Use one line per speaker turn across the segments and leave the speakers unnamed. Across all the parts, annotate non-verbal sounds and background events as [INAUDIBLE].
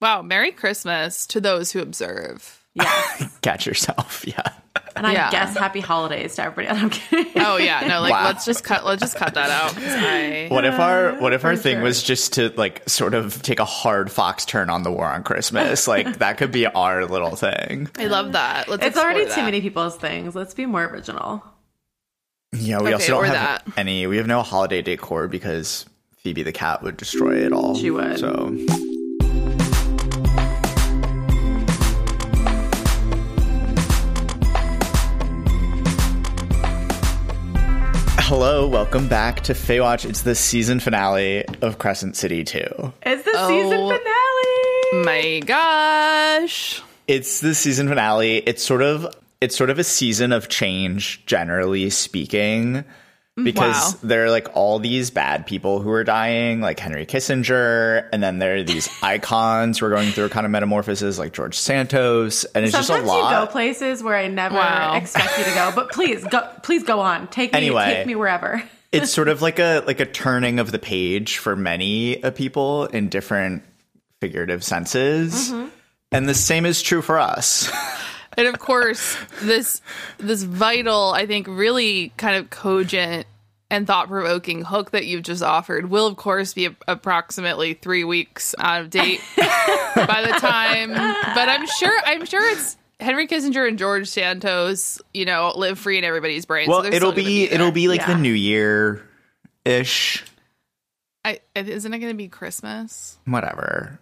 Wow, Merry Christmas to those who observe.
Yes.
Catch yourself. [LAUGHS] Yeah.
And I
Yeah.
guess happy holidays to everybody. [LAUGHS] I'm kidding.
Oh yeah, no, like
Wow.
let's just cut let's just cut that out. Sorry.
What if our what if our
for
thing
sure.
was just to like sort of take a hard fox turn on the war on Christmas?
[LAUGHS]
Like that could be our little thing.
I love that. Let's
It's already
explore
too
that.
many people's things. Let's be more original.
Yeah, we
Okay,
also don't
or that.
have any. We have no holiday decor because Phoebe the cat would destroy it all.
She would.
So Hello, welcome back to Baywatch. It's the season finale of Crescent City 2.
It's the season
Oh.
finale.
My gosh.
It's the season finale. It's sort of it's sort of a season of change generally speaking because
Wow.
there are like all these bad people who are dying like Henry Kissinger and then there are
[LAUGHS]
these icons who are going through kind of metamorphoses like George Santos and it's
Sometimes
just a lot.
you go places where I never
Wow.
expect you to go, but please go. Please go on. Take me.
Anyway.
Take me wherever. [LAUGHS]
it's sort of like a like a turning of the page for many uh, people in different figurative senses.
Mm-hmm.
And the same is true
[LAUGHS]
for us.
And of course, this this vital, I think really kind of cogent and thought-provoking hook that you've just offered will of course be approximately 3 weeks out of
[LAUGHS]
date by the time but I'm sure I'm sure it's Henry Kissinger and George Santos, you know, live free in everybody's brains.
well, it'll be it'll be like
Yeah.
the new year ish.
I, isn't it going to be Christmas?
[LAUGHS]
whatever.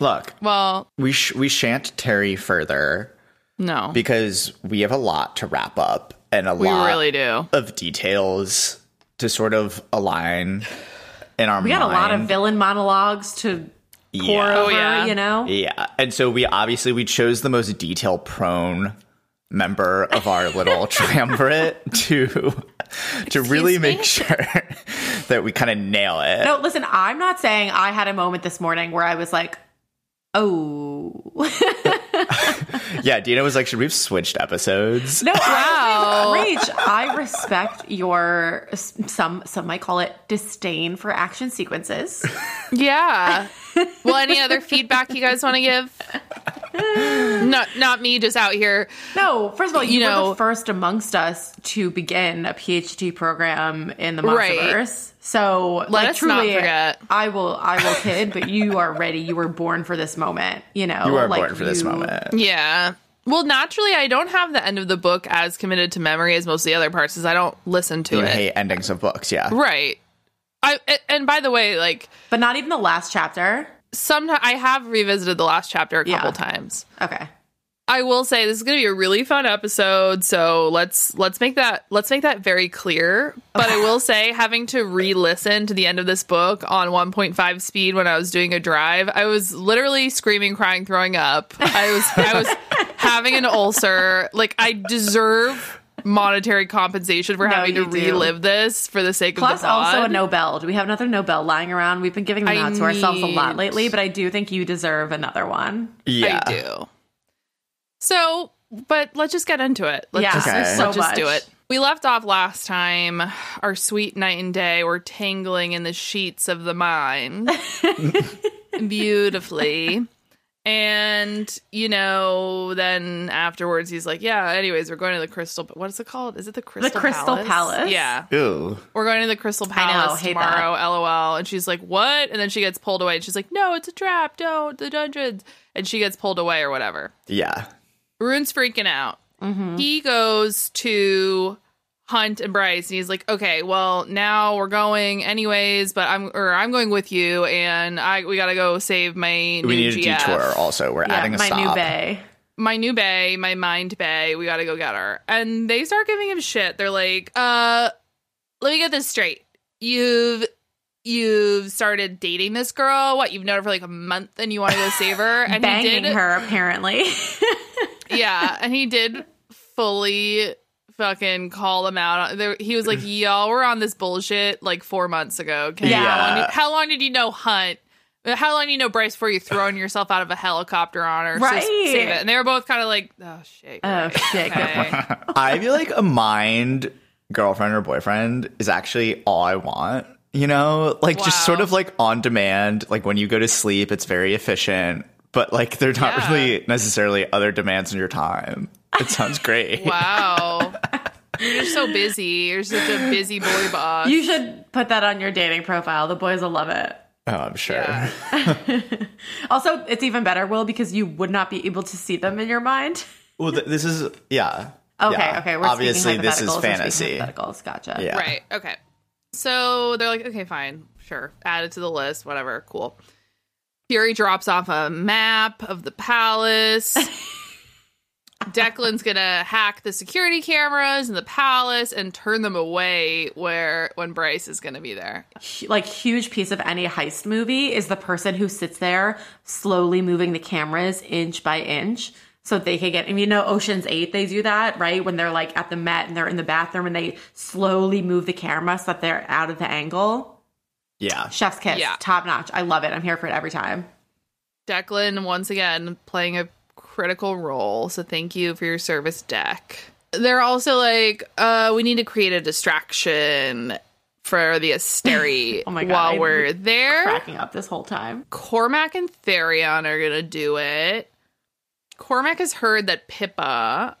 Look,
Well,
we sh- we shan't tarry further
no,
because we have a lot to wrap up and a
we
lot
really do.
of details to sort of align in our
We got a lot of
mind.
villain monologues to
yeah.
pour over.
yeah.
You know.
yeah. And so we obviously we chose the most detail prone member
[LAUGHS]
of our little triumvirate to to really
Excuse
make
me?
sure that we kind of nail it.
No, listen, I'm not saying I had a moment this morning where I was like, oh. [LAUGHS]
Yeah, Dina was like, should we have switched episodes?
No,
Wow.
honestly, Rach, I respect your, some some might call it disdain for action sequences.
[LAUGHS]
Yeah. well, any other feedback you guys want to give? not, not me, just out here.
No, first of all, you,
You
were
know-
the first amongst us to begin a PhD program in the
Right.
Monsterverse. So, Let like,
us not
truly,
forget.
I will, I will kid, but you are ready. You were born for this moment. You know,
You are
like,
born for this
you-
moment.
Yeah. Well, naturally, I don't have the end of the book as committed to memory as most of the other parts, because I don't listen to
You
it.
hate endings of books, yeah.
Right. I a- and by the way, like
but not even the last chapter.
sometimes I have revisited the last chapter a couple
Yeah.
times.
Okay.
I will say this is going to be a really fun episode, so let's let's make that let's make that very clear. But I
[LAUGHS]
will say having to re-listen to the end of this book on 1.5 speed when I was doing a drive, I was literally screaming, crying, throwing up. I was I
[LAUGHS]
was having an ulcer. Like I deserve monetary compensation for having to
you do.
relive this for the sake of
Plus,
the pod.
also a Nobel. Do we have another Nobel lying around? We've been giving them
I
out to ourselves a lot
need-
lately, but I do think you deserve another one.
Yeah.
I do. So, but let's just get into it. Let's
Yeah,
just,
Okay.
let's
so
just do
much.
it. We left off last time. Our sweet night and day were tangling in the sheets of the
[LAUGHS]
mind beautifully. And, you know, then afterwards he's like, yeah, anyways, we're going to the Crystal. What is it called? Is it the Crystal
Crystal Palace?
Yeah.
Ooh.
We're going to the Crystal
know,
Palace
hate that.
tomorrow, lol. And she's like, what? And then she gets pulled away and she's like, no, it's a trap. Don't, the dungeons. And she gets pulled away or whatever.
Yeah.
Rune's freaking out. He goes to Hunt and Bryce, and he's like, "Okay, well, now we're going anyways, but I'm or I'm going with you, and I we gotta go save my new
We need a
GF,
detour also. We're
Yeah,
adding a
my
stop.
new bay.
my new bay, my mind bay. We gotta go get her." And they start giving him shit. They're like, "Uh, let me get this straight. You've." You've started dating this girl. What you've known her for like a month, and you want to go save her. And he
Banging
did
her,
[LAUGHS]
apparently.
yeah, and he did fully fucking call them out. There- He was like, "Y'all were on this bullshit like four months ago. Okay,
Yeah.
How, long did, how long did you know Hunt? How long did you know Bryce before you throwing yourself out of a helicopter on her? So
Right.
save it." And they were both kind of like, "Oh shit, you're
Oh,
right.
shit, good
Okay.
I feel like a mind girlfriend or boyfriend is actually all I want you know like just sort
Wow.
of like on demand like when you go to sleep it's very efficient but like they're not
Yeah.
really necessarily other demands on your time it
[LAUGHS]
sounds great
Wow. You're so busy. You're such a busy boy boss.
You should put that on your dating profile. The boys will love it.
oh i'm sure
Yeah.
Also, it's even better, Will, because you would not be able to see them in your mind.
well th- this is yeah
Okay,
Yeah.
okay. We're
obviously
speaking
this is
hypotheticals. We're speaking
fantasy
hypotheticals. Gotcha.
yeah
Right. Okay. So they're like, okay, fine, sure, add it to the list, whatever, cool. Fury drops off a map of the palace. Declan's gonna hack the security cameras in the palace and turn them away where when Bryce is gonna be there.
hu- like huge piece of any heist movie is the person who sits there slowly moving the cameras inch by inch so they can get and you know oceans 8 they do that right when they're like at the met and they're in the bathroom and they slowly move the camera so that they're out of the angle
yeah
chef's kiss
Yeah.
top notch i love it i'm here for it every time
Declan once again playing a critical role. So thank you for your service, Deck. They're also like, uh, we need to create a distraction for the Asteri
[LAUGHS] Oh my God,
while
I'm
we're there.
cracking up this whole time
Cormac and Therion are gonna do it. Cormac has heard that Pippa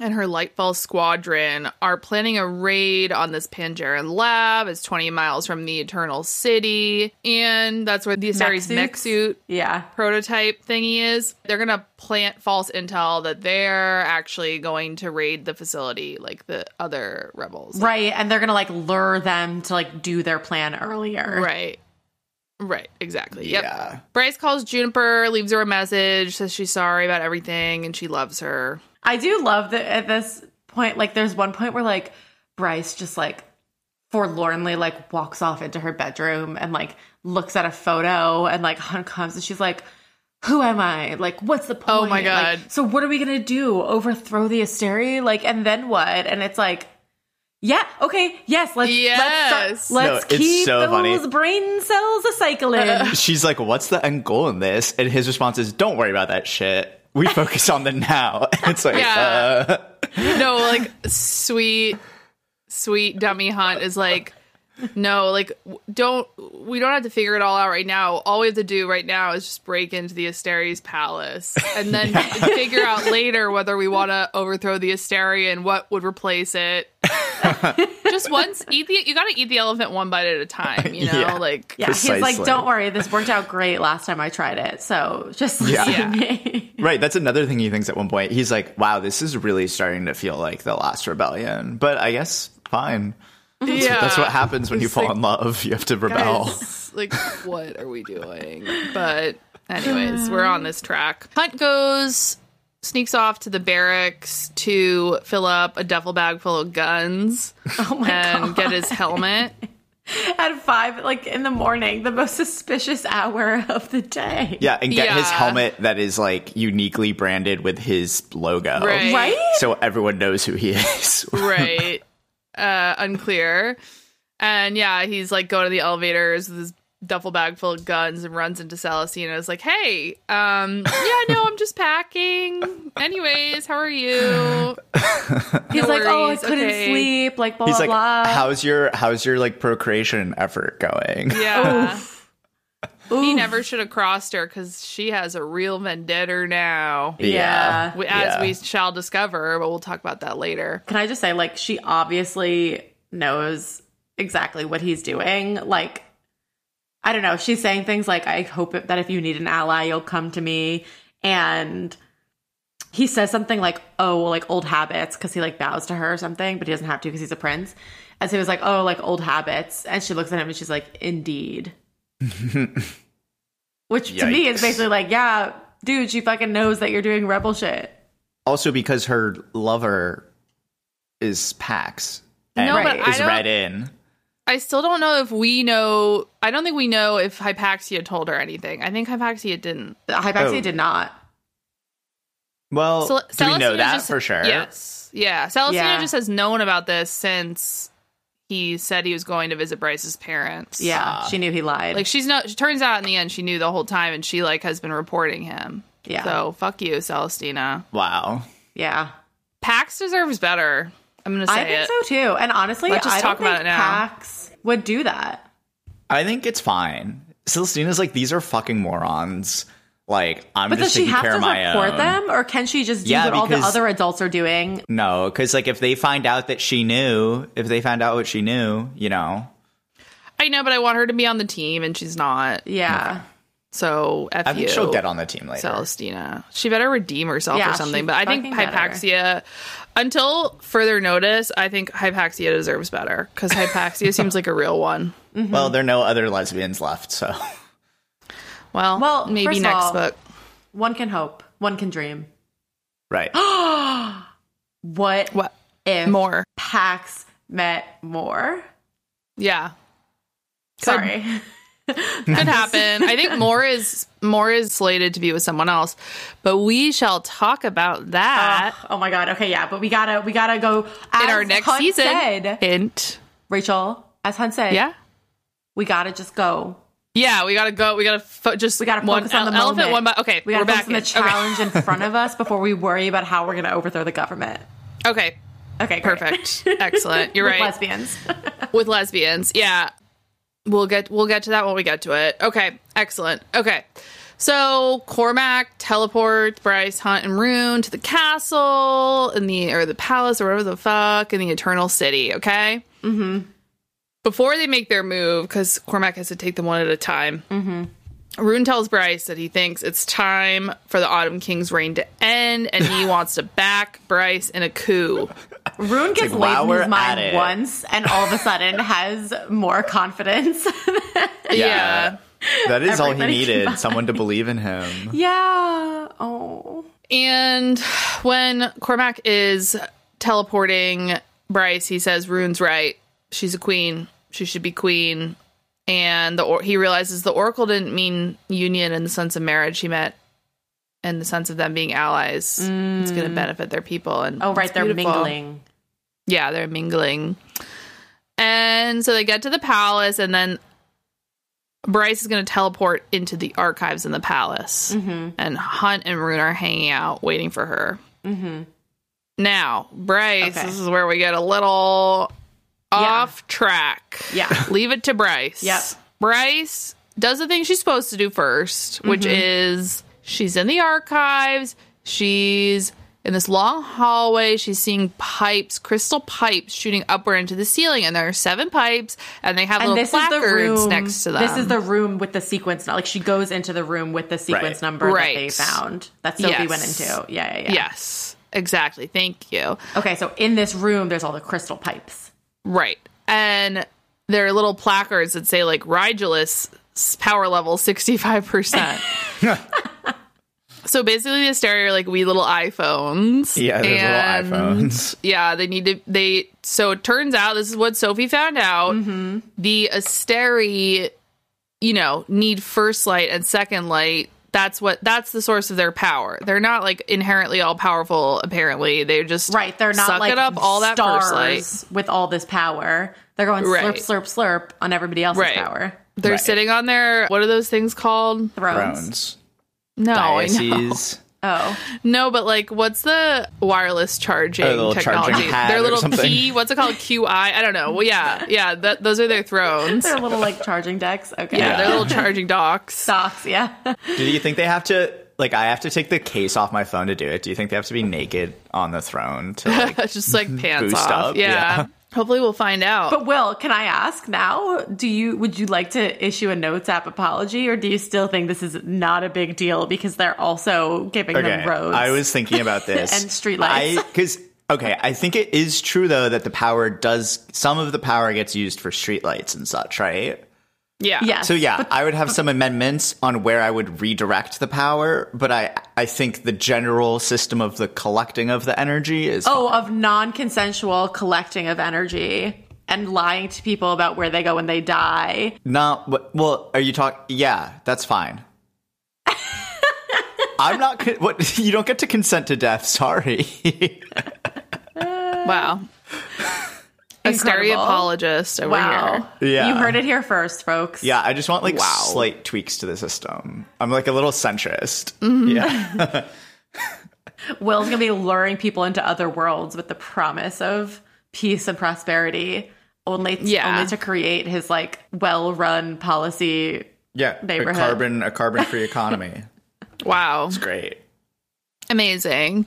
and her Lightfall squadron are planning a raid on this Pangeran lab. It's 20 miles from the Eternal City, and that's where the Asteri's
Mech
mech
suits?
suit
yeah
prototype thingy is. They're gonna plant false intel that they're actually going to raid the facility, like the other rebels.
right and they're gonna like lure them to like do their plan earlier
Right. Right, exactly. Yep.
yeah
Bryce calls Juniper, leaves her a message, says she's sorry about everything and she loves her.
I do love that at this point, like there's one point where like Bryce just like forlornly like walks off into her bedroom and like looks at a photo and like [LAUGHS] Hun comes and she's like, Who am I? Like, what's the point?
Oh my
Like,
God.
so what are we gonna do? Overthrow the Asteri? Like, and then what? And it's like yeah. Okay. Yes. Let's let's,
Yes.
start, let's
No, it's
keep
so
those
funny.
brain cells
[LAUGHS]
a cycling.
she's like what's the end goal in this and his response is don't worry about that shit
[LAUGHS]
we focus on the now [LAUGHS] it's like
Yeah.
uh,
No, like sweet sweet dummy hunt is like no, like w- don't we don't have to figure it all out right now. All we have to do right now is just break into the Asteri's palace and
[LAUGHS]
then figure out later whether we want to overthrow the Asteri and what would replace it.
[LAUGHS]
just once eat the you got to eat the elephant one bite at a time, you know?
Yeah.
Like
Yeah, he's like,
Precisely.
don't worry, this worked out great last time I tried it. So just [LAUGHS] listen
Yeah.
to me.
Right, that's another thing he thinks at one point. He's like, "Wow, this is really starting to feel like the last rebellion." But I guess fine.
yeah.
That's what happens when you
It's
fall
like-
in love. You have to rebel.
It's like, what are we doing? But, anyways, we're on this track. Hunt goes, sneaks off to the barracks to fill up a duffel bag full of guns
Oh my
and
god. [LAUGHS]
get his helmet.
at five, like in the morning, the most suspicious hour of the day.
Yeah, and get his
Yeah.
helmet that is like uniquely branded with his logo.
Right.
Right?
So everyone knows who he is. [LAUGHS]
right. Uh, unclear. And yeah, he's like going to the elevators with his duffel bag full of guns and runs into Celestine and is like, hey, um, yeah, no, I'm just packing. Anyways, how are
[LAUGHS]
you?
He's
No
like, oh, I
worries,
couldn't
okay."
sleep, like blah
He's
blah
like,
blah.
"How's your how's your like procreation effort going?"
Yeah.
Oh.
He [LAUGHS]
Oof.
never should have crossed her because she has a real vendetta now,
yeah.
we- as
Yeah.
we shall discover, but we'll talk about that later.
Can I just say, like, she obviously knows exactly what he's doing. Like, I don't know. She's saying things like, I hope it- that if you need an ally, you'll come to me. And he says something like, oh, well, like old habits, because he like bows to her or something, but he doesn't have to because he's a prince. And so he was like, oh, like old habits. And she looks at him and she's like,
[LAUGHS]
indeed. Which to me is
Yikes.
basically like, yeah, dude, she fucking knows that you're doing rebel shit.
Also because her lover is Pax and
No,
but I
is
don't-
read in.
I still don't know if we know. I don't think we know if Hypaxia told her anything. I think Hypaxia didn't.
Hypaxia
Oh.
did not.
Well,
Cel-
do we
Celestina
know that
just-
for sure?
Yes. Yeah. Celestina
Yeah.
just has known about this since he said he was going to visit Bryce's parents.
Yeah, she knew he lied.
Like she's no. She turns out in the end she knew the whole time, and she like has been reporting him.
Yeah.
So fuck you, Celestina.
Wow.
yeah.
Pax deserves better. I'm gonna say
I think
it.
so too. And honestly,
Let's just
I don't
talk about
think
it now.
Pax would do that.
I think it's fine. Celestina's like, these are fucking morons. Like, I'm
But does
just
she
taking
have
care
to
of my
report
own.
them, or can she just do
Yeah,
what all the
because-
other adults are doing?
No, because like if they find out that she knew, if they find out what she knew, you know,
I know, but I want her to be on the team, and she's not.
Yeah,
So f
I think
you,
she'll get on the team later.
Celestina. She better redeem herself
Yeah,
or something.
she
But I think
fucking better.
Hypaxia, until further notice, I think Hypaxia deserves better because
[LAUGHS]
Hypaxia seems like a real one.
Well, there are no other lesbians left, so [LAUGHS]
Well,
Well, first
maybe
of
next
all-
book.
one can hope, one can dream.
right.
What,
What
if
more?
Pax met more?
Yeah,
Sorry,
could happen. I think more is more is slated to be with someone else, but we shall talk about that
[LAUGHS] oh my god. Okay, yeah, but we gotta we gotta go
in
Uh, as
our next
Hunt
season.
said-
Hint.
Rachel, as Hun said,
Yeah.
we gotta just go.
Yeah, we gotta go. We gotta fo- just
We gotta
one
focus on the
ele- elephant.
moment.
One by okay.
we gotta
are back
focus on
in.
the challenge in front of us before we worry about how we're gonna overthrow the government.
Okay. okay.
Okay, great.
Perfect. Excellent. You're
[LAUGHS] With
right.
Lesbians.
with lesbians. Yeah. We'll get we'll get to that when we get to it. Okay. Excellent. Okay. So Cormac teleports Bryce, Hunt, and Rune to the castle in the or the palace or whatever the fuck in the Eternal City, okay? Mm-hmm. Before they make their move, because Cormac has to take them one at a time. Rune tells Bryce that he thinks it's time for the Autumn King's reign to end, and [LAUGHS] he wants to back Bryce in a coup.
Rune gets
like, while
laid in
we're
his
at
mind
it.
once and all of a [LAUGHS] sudden has more confidence. [LAUGHS]
yeah.
That is all he
Everybody
needed, someone to believe in him.
yeah. Oh.
And when Cormac is teleporting Bryce, he says, "Rune's right. She's a queen. She should be queen." And the or- he realizes the oracle didn't mean union in the sense of marriage. He meant in the sense of them being allies. It's going to benefit their people. And
Mm. Oh, right.
it's
They're
beautiful.
mingling.
Yeah, they're mingling. And so they get to the palace, and then Bryce is going to teleport into the archives in the palace.
Mm-hmm.
And Hunt and Rune are hanging out, waiting for her. Mm-hmm. Now, Bryce,
Okay.
this is where we get a little off track.
Yeah.
[LAUGHS] Leave it to Bryce.
Yep.
Bryce does the thing she's supposed to do 1st which
Mm-hmm.
is she's in the archives. She's in this long hallway. She's seeing pipes, crystal pipes, shooting upward into the ceiling, and there are seven pipes, and they have
And
little
this is the
placards
room.
next to them.
This is the room with the sequence. Like she goes into the room with the sequence
Right.
number
Right.
that they found. That Sophie
Yes.
went into. Yeah, yeah, yeah.
yes, exactly. Thank you.
Okay, so in this room, there's all the crystal pipes.
Right, and there are little placards that say like Rigulus power level sixty five
[LAUGHS]
percent. So basically, the stereo are like wee little iPhones.
Yeah, there's
and-
little [LAUGHS] iPhones.
yeah they need to they so it turns out this is what sophie found out
Mm-hmm.
the asteri you know need first light and second light that's what that's the source of their power they're not like inherently all powerful apparently they're just
Right. They're not
suck
like
it up all that
stars
first light
with all this power. They're going
Right.
slurp, slurp, slurp on everybody else's
Right.
power.
they're
Right.
sitting on their what are those things called
Thrones.
Thrones,
no I know.
dioceses,
Oh.
[LAUGHS] no but like what's the wireless charging
A little charging
technology
pad
their
or
little
something.
p what's it called qi i don't know well yeah yeah that, those are their thrones
[LAUGHS] They're little like charging decks. Okay.
yeah,
Yeah.
their
[LAUGHS]
little charging docks. [LAUGHS]
Socks, yeah. [LAUGHS]
Do you think they have to like? I have to take the case off my phone to do it. Do you think they have to be naked on the throne
[LAUGHS]
to like?
That's just like pants
Boost
off.
up,
yeah.
yeah.
Hopefully we'll find out.
But Will, can I ask now? Do you would you like to issue a notes app apology or do you still think this is not a big deal because they're also giving
okay,
them roads?
I was
[LAUGHS]
thinking about this
And streetlights.
Because okay, I think it is true though that the power does some of the power gets used for streetlights and such, right?
yeah.
yes.
So yeah,
But
I would have some amendments on where I would redirect the power, but I I think the general system of the collecting of the energy is
oh, of non-consensual collecting of energy and lying to people about where they go when they die.
not what- well. Are you talking? Yeah,
[LAUGHS]
that's fine. I'm not. Con- what [LAUGHS] you don't get to consent to death. Sorry.
Wow. a
Incredible.
stereopologist over
Wow.
here.
Yeah.
You heard it here first, folks.
yeah, I just want like
Wow.
slight tweaks to the system. I'm like a little centrist.
Mm-hmm.
Yeah.
[LAUGHS]
Will's gonna be luring people into other worlds with the promise of peace and prosperity, only
Yeah.
only to create his like well-run policy.
Yeah, a
Neighborhood.
carbon a carbon
[LAUGHS]
free economy.
Wow.
It's great.
Amazing.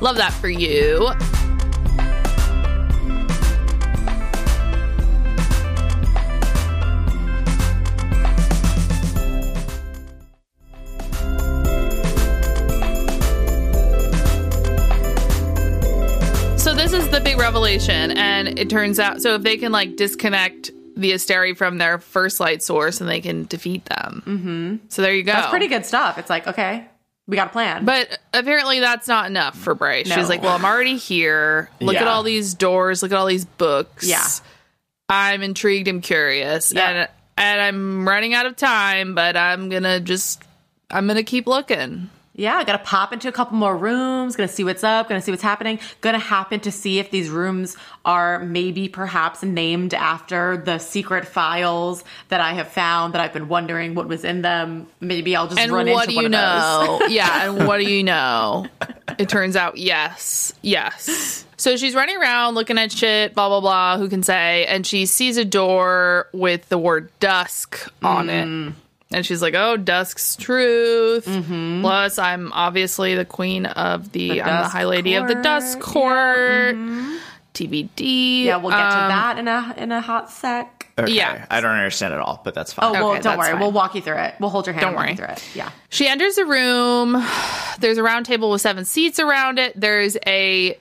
Love that for you. So this is the big revelation, and it turns out so if they can like disconnect the Asteri from their first light source, and they can defeat them. Mm-hmm. So there you go.
That's pretty good stuff. It's like okay, we got a plan.
Oh. But apparently that's not enough for Bryce.
No.
She's like, "Well, I'm already here. Look at
Yeah.
all these doors. Look at all these books.
Yeah.
I'm intrigued. I'm curious,
Yeah.
and and I'm running out of time. But I'm gonna just, I'm gonna keep looking.
Yeah, I gotta pop into a couple more rooms, gonna see what's up, gonna see what's happening, gonna happen to see if these rooms are maybe perhaps named after the secret files that I have found that I've been wondering what was in them. Maybe I'll just
And
run
what
into
do
one
you
of those.
know? yeah. And what do
[LAUGHS]
you know? It turns out, yes, yes. So she's running around looking at shit, blah blah blah. Who can say? And she sees a door with the word dusk on
Mm.
it, and she's like, "Oh, dusk's truth." Plus, I'm obviously the queen of the, I'm the
Mm-hmm. Dusk
high lady of the
Court. Mm-hmm.
dusk court. TBD.
Yeah, we'll get to
Um,
that in a in a hot sec.
Okay.
Yeah.
I don't understand at all, but that's
Oh
fine.
well,
okay,
don't
that's
worry.
fine.
We'll walk you through it. We'll hold your hand.
Don't
and walk you
worry.
through it. Yeah.
She enters the room. [SIGHS] There's a round table with seven seats around it. There's a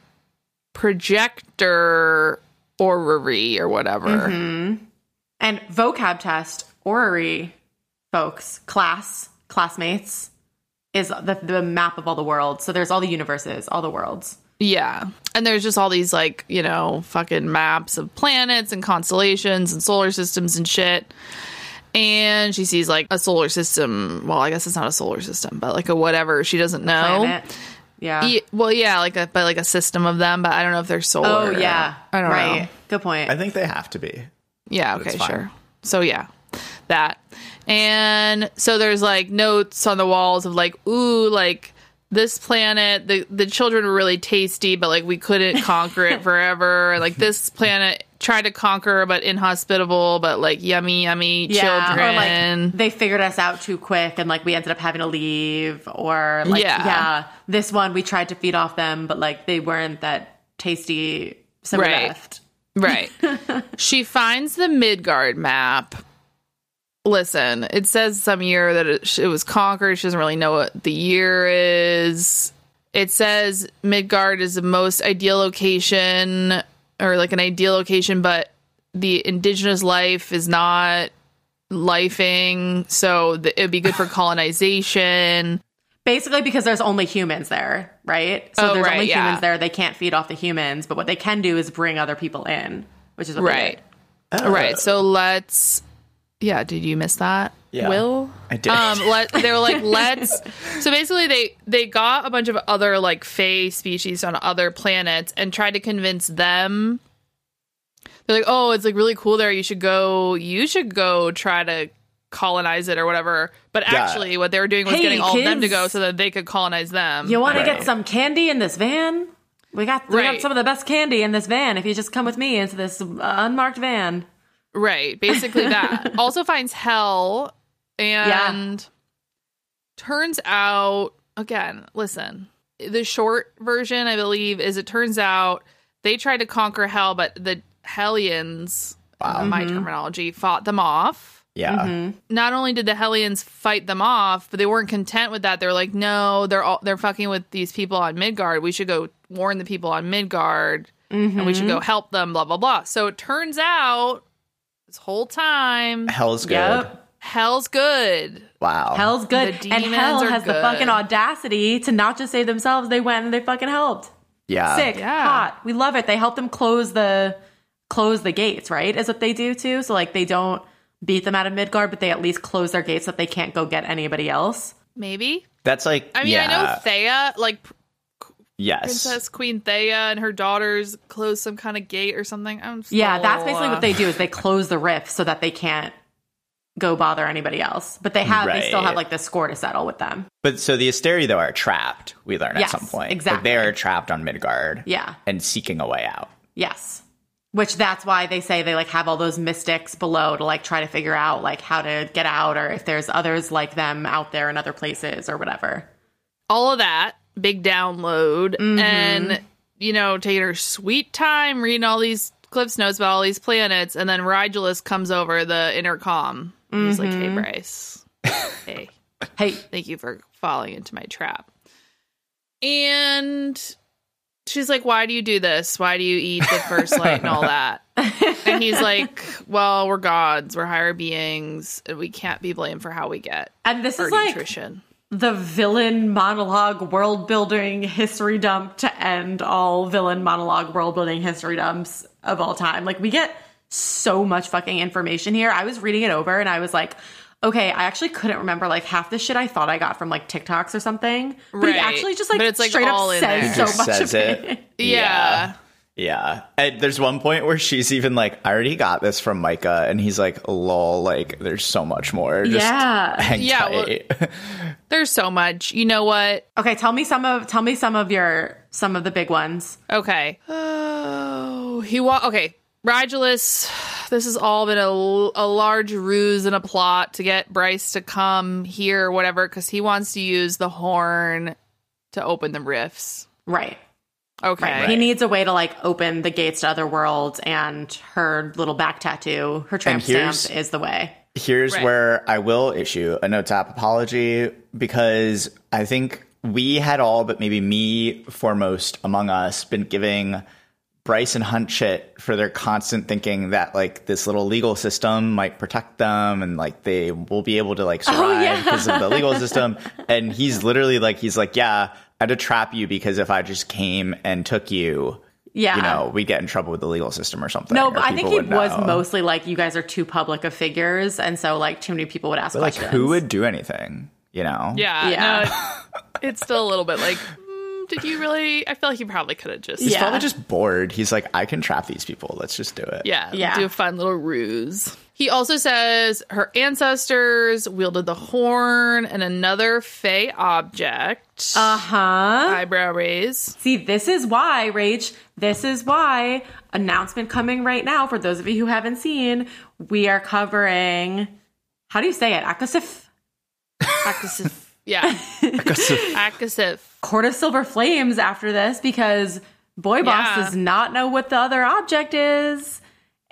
projector orrery or whatever.
Mm-hmm. And vocab test, orrery, folks, class, classmates, is the, the map of all the worlds. So there's all the universes, all the worlds.
Yeah. And there's just all these like, you know, fucking maps of planets and constellations and solar systems and shit. And she sees like a solar system. Well, I guess it's not a solar system, but like a whatever she doesn't know.
Planet. Yeah.
Ye- well, yeah, like a but like a system of them, but I don't know if they're solar.
Oh yeah.
I don't
right.
know.
Good point.
I think they have to be.
Yeah,
But it's
okay,
fine.
sure. So yeah, that. And so there's like notes on the walls of like, ooh, like this planet, the the children were really tasty, but like we couldn't conquer it forever. Like this planet tried to conquer but inhospitable, but like yummy, yummy
yeah.
children.
Or like they figured us out too quick and like we ended up having to leave. Or like
Yeah.
yeah. This one we tried to feed off them, but like they weren't that tasty. So we
Right.
left.
Right. she finds the Midgard map. Listen, it says some year that it, it was conquered. She doesn't really know what the year is. It says Midgard is the most ideal location or like an ideal location, but the indigenous life is not lifing. So th- it'd be good for colonization.
Basically, because there's only humans there, right? So
Oh,
there's
right,
only
yeah.
humans there. They can't feed off the humans, but what they can do is bring other people in, which is what They
Right.
did.
Oh. Uh,
Right. So let's. Yeah. Did you miss that?
Yeah.
Will?
I did.
um let they were like let's so basically they they got a bunch of other like fey species on other planets and tried to convince them they're like oh it's like really cool there you should go you should go try to colonize it or whatever but
Yeah.
actually what they were doing was
Hey,
getting all of them to
kids.
go so that they could colonize them
You want
Right.
to get some candy in this van? We got, we
Right.
got some of the best candy in this van. If you just come with me into this uh, unmarked van.
right basically that also finds hell and turns out again listen the short version i believe is it turns out they tried to conquer hell but the hellions uh,
Wow.
my terminology fought them off
Yeah.
not only did the hellions fight them off but they weren't content with that they're like no they're all they're fucking with these people on midgard we should go warn the people on midgard and we
Mm-hmm.
should go help them blah blah blah so it turns out this whole time
Hell's good.
Yep.
hell's good
Wow.
Hell's good.
The
and
demons
hell
are
has
good.
the fucking audacity to not just save themselves. They went and they fucking helped.
yeah.
Sick.
yeah.
Hot. We love it. They help them close the close the gates, right? Is what they do too. So like they don't beat them out of Midgard, but they at least close their gates so that they can't go get anybody else.
maybe
That's like
I mean, I
yeah.
know Thea, like Pr-
yes.
Princess Queen Thea and her daughters closed some kind of gate or something. I'm so,
Yeah, that's basically
uh,
what they do is they close the rift so that they can't go bother anybody else. But they have they still
Right.
have like the score to settle with them.
But so the Asteri though are trapped, we learn
Yes,
at some point. Like,
exactly.
they are trapped on Midgard
Yeah.
and seeking a way out.
Yes. which that's why they say they like have all those mystics below to like try to figure out like how to get out or if there's others like them out there in other places or whatever.
all of that big download
Mm-hmm.
and you know taking her sweet time reading all these cliffs notes about all these planets and then Rigelus comes over the intercom and he's like hey
Mm-hmm.
Bryce hey
Hey,
thank you for falling into my trap and she's like why do you do this why do you eat the first light and all
[LAUGHS]
that and he's like well we're gods we're higher beings and we can't be blamed for how we get
and this
our
is like
nutrition
the villain monologue world building history dump to end all villain monologue world building history dumps of all time. Like we get so much fucking information here. I was reading it over and I was like, okay, I actually couldn't remember like half the shit I thought I got from like TikToks or something. But
Right.
it actually just like
But it's, like,
straight
all
up
in
says
there. It
so
just
much
says
of
it.
it.
yeah.
Yeah. And there's one point where she's even like, I already got this from Micah. And he's like, lol, like, there's so much more. Just
Yeah.
Hang
Yeah, well-
tight.
There's so much. You know what?
Okay, tell me some of tell me some of your some of the big ones.
Okay. Oh, he wa- okay. Rigelus, this has all been a, l- a large ruse and a plot to get Bryce to come here, or whatever, because he wants to use the horn to open the rifts.
Right.
Okay.
Right. He needs a way to like open the gates to other worlds, and her little back tattoo, her tramp stamp,
here's-
is the way.
Here's
Right.
where I will issue a no tap apology because I think we had all, but maybe me foremost among us, been giving Bryce and Hunt shit for their constant thinking that like this little legal system might protect them and like they will be able to like survive
Oh, yeah.
because of the
[LAUGHS]
legal system. And he's literally like, he's like, yeah, I had to trap you because if I just came and took you,
Yeah.
you know, we'd get in trouble with the legal system or something.
Uh-uh. no,
or
but I think
people
he
would
was
know.
mostly like, you guys are too public of figures, and so like too many people would ask
like,
questions.
who would do anything? You know?
Yeah.
Yeah.
no, it- it's still a little bit like, mm, did you really? I feel like you probably could have just.
He's
Yeah.
probably just bored. He's like, I can trap these people. Let's just do it.
Yeah,
Yeah.
do a fun little ruse. He also says her ancestors wielded the horn and another fey object.
Uh huh.
Eyebrow raise.
See, this is why, Rach, this is why announcement coming right now for those of you who haven't seen, we are covering how do you say it? Akasif
Akasif. yeah. [LAUGHS] Akasif.
Court of Silver Flames after this because Boy Boss
Yeah.
does not know what the other object is.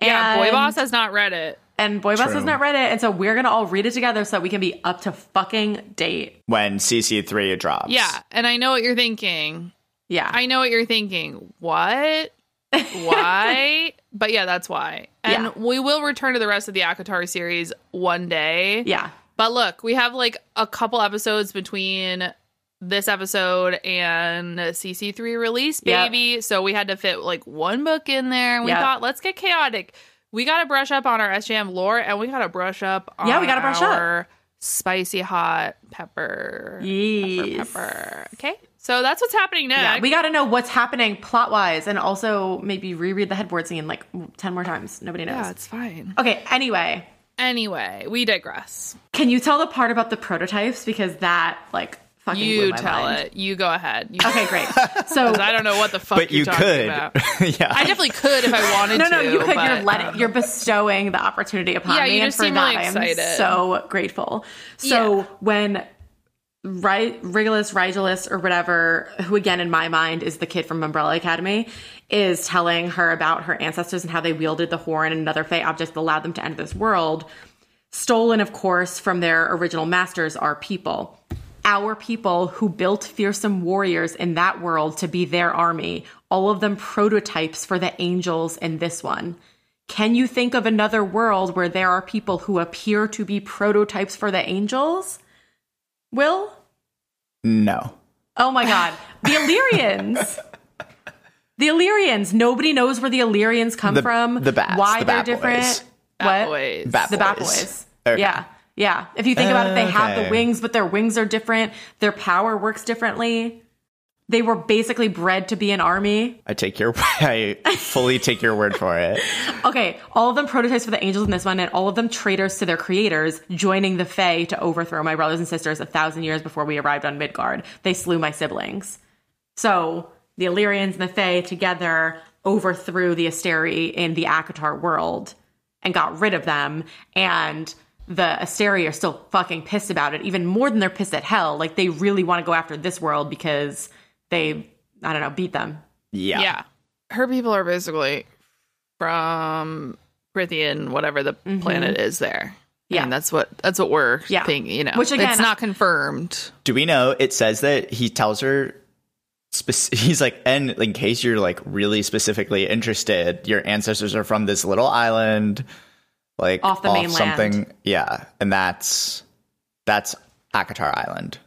Yeah, Boy
And-
Boss has not read it.
And Boy Boss
True.
has not read it. And so we're going to all read it together so that we can be up to fucking date.
When CC3 drops.
Yeah, and I know what you're thinking.
Yeah.
I know what you're thinking. What? [LAUGHS] Why? but yeah, that's why. And
Yeah.
we will return to the rest of the Akatar series one day.
yeah.
But look, we have like a couple episodes between this episode and CC3 release,
Yep.
baby. So we had to fit like one book in there. And we
Yep.
thought, let's get chaotic. We got to brush up on our SJM lore and we got to brush up on
Yeah, we gotta brush up.
our spicy hot pepper.
Yes.
pepper. Okay. So that's what's happening next.
Yeah, we got to know what's happening plot wise and also maybe reread the headboard scene like 10 more times. Nobody knows.
yeah, it's fine.
Okay, anyway,
Anyway, we digress.
can you tell the part about the prototypes? Because that, like, fucking blew
You
my
tell
mind.
it. You go ahead. You- [LAUGHS]
Okay, great. So
I don't know what the fuck
But
you're
you
talking
[LAUGHS]
could.
about.
[LAUGHS] yeah.
I definitely could [LAUGHS] if I wanted
No,
to.
no, you could.
but- um,
you're letting, you're bestowing the opportunity upon
Yeah,
me,
you
and
just
for
seem
that,
really
I
excited.
am so grateful. So
Yeah.
when Ri- Rigulus, Rigulus, or whatever, who again in my mind is the kid from Umbrella Academy, is telling her about her ancestors and how they wielded the horn and another fey object that allowed them to enter this world. Stolen, of course, from their original masters, our people. Our people who built fearsome warriors in that world to be their army, all of them prototypes for the angels in this one. Can you think of another world where there are people who appear to be prototypes for the angels? Will?
no.
Oh my god. The
[LAUGHS]
Illyrians. the Illyrians. Nobody knows where the Illyrians come
The-
from.
the bats,
Why
the
they're
bat
different.
boys.
What?
Boys.
Bat
The Bat
Boys.
Boys.
Okay.
Yeah. Yeah. If you think about it, they have
Okay.
the wings, but their wings are different. Their power works differently. They were basically bred to be an army.
I take your [LAUGHS] I fully take your word for it.
Okay, all of them prototypes for the angels in this one, and all of them traitors to their creators, joining the Fae to overthrow my brothers and sisters a thousand years before we arrived on Midgard. They slew my siblings. So the Illyrians and the Fae together overthrew the Asteri in the Akatar world and got rid of them. And the Asteri are still fucking pissed about it, even more than they're pissed at hell. Like they really want to go after this world because they, I don't know, beat them.
Yeah.
Yeah. Her people are basically from Prithian, whatever the planet is there.
Mm-hmm. Yeah.
And that's what that's what we're
Yeah.
thinking, you know.
Which again-
it's not confirmed.
Do we know? It says that he tells her. spec- [LAUGHS] He's like, and in case you're like really specifically interested, your ancestors are from this little island, like
Off the mainland.
Something, yeah, and that's that's Akatar Island.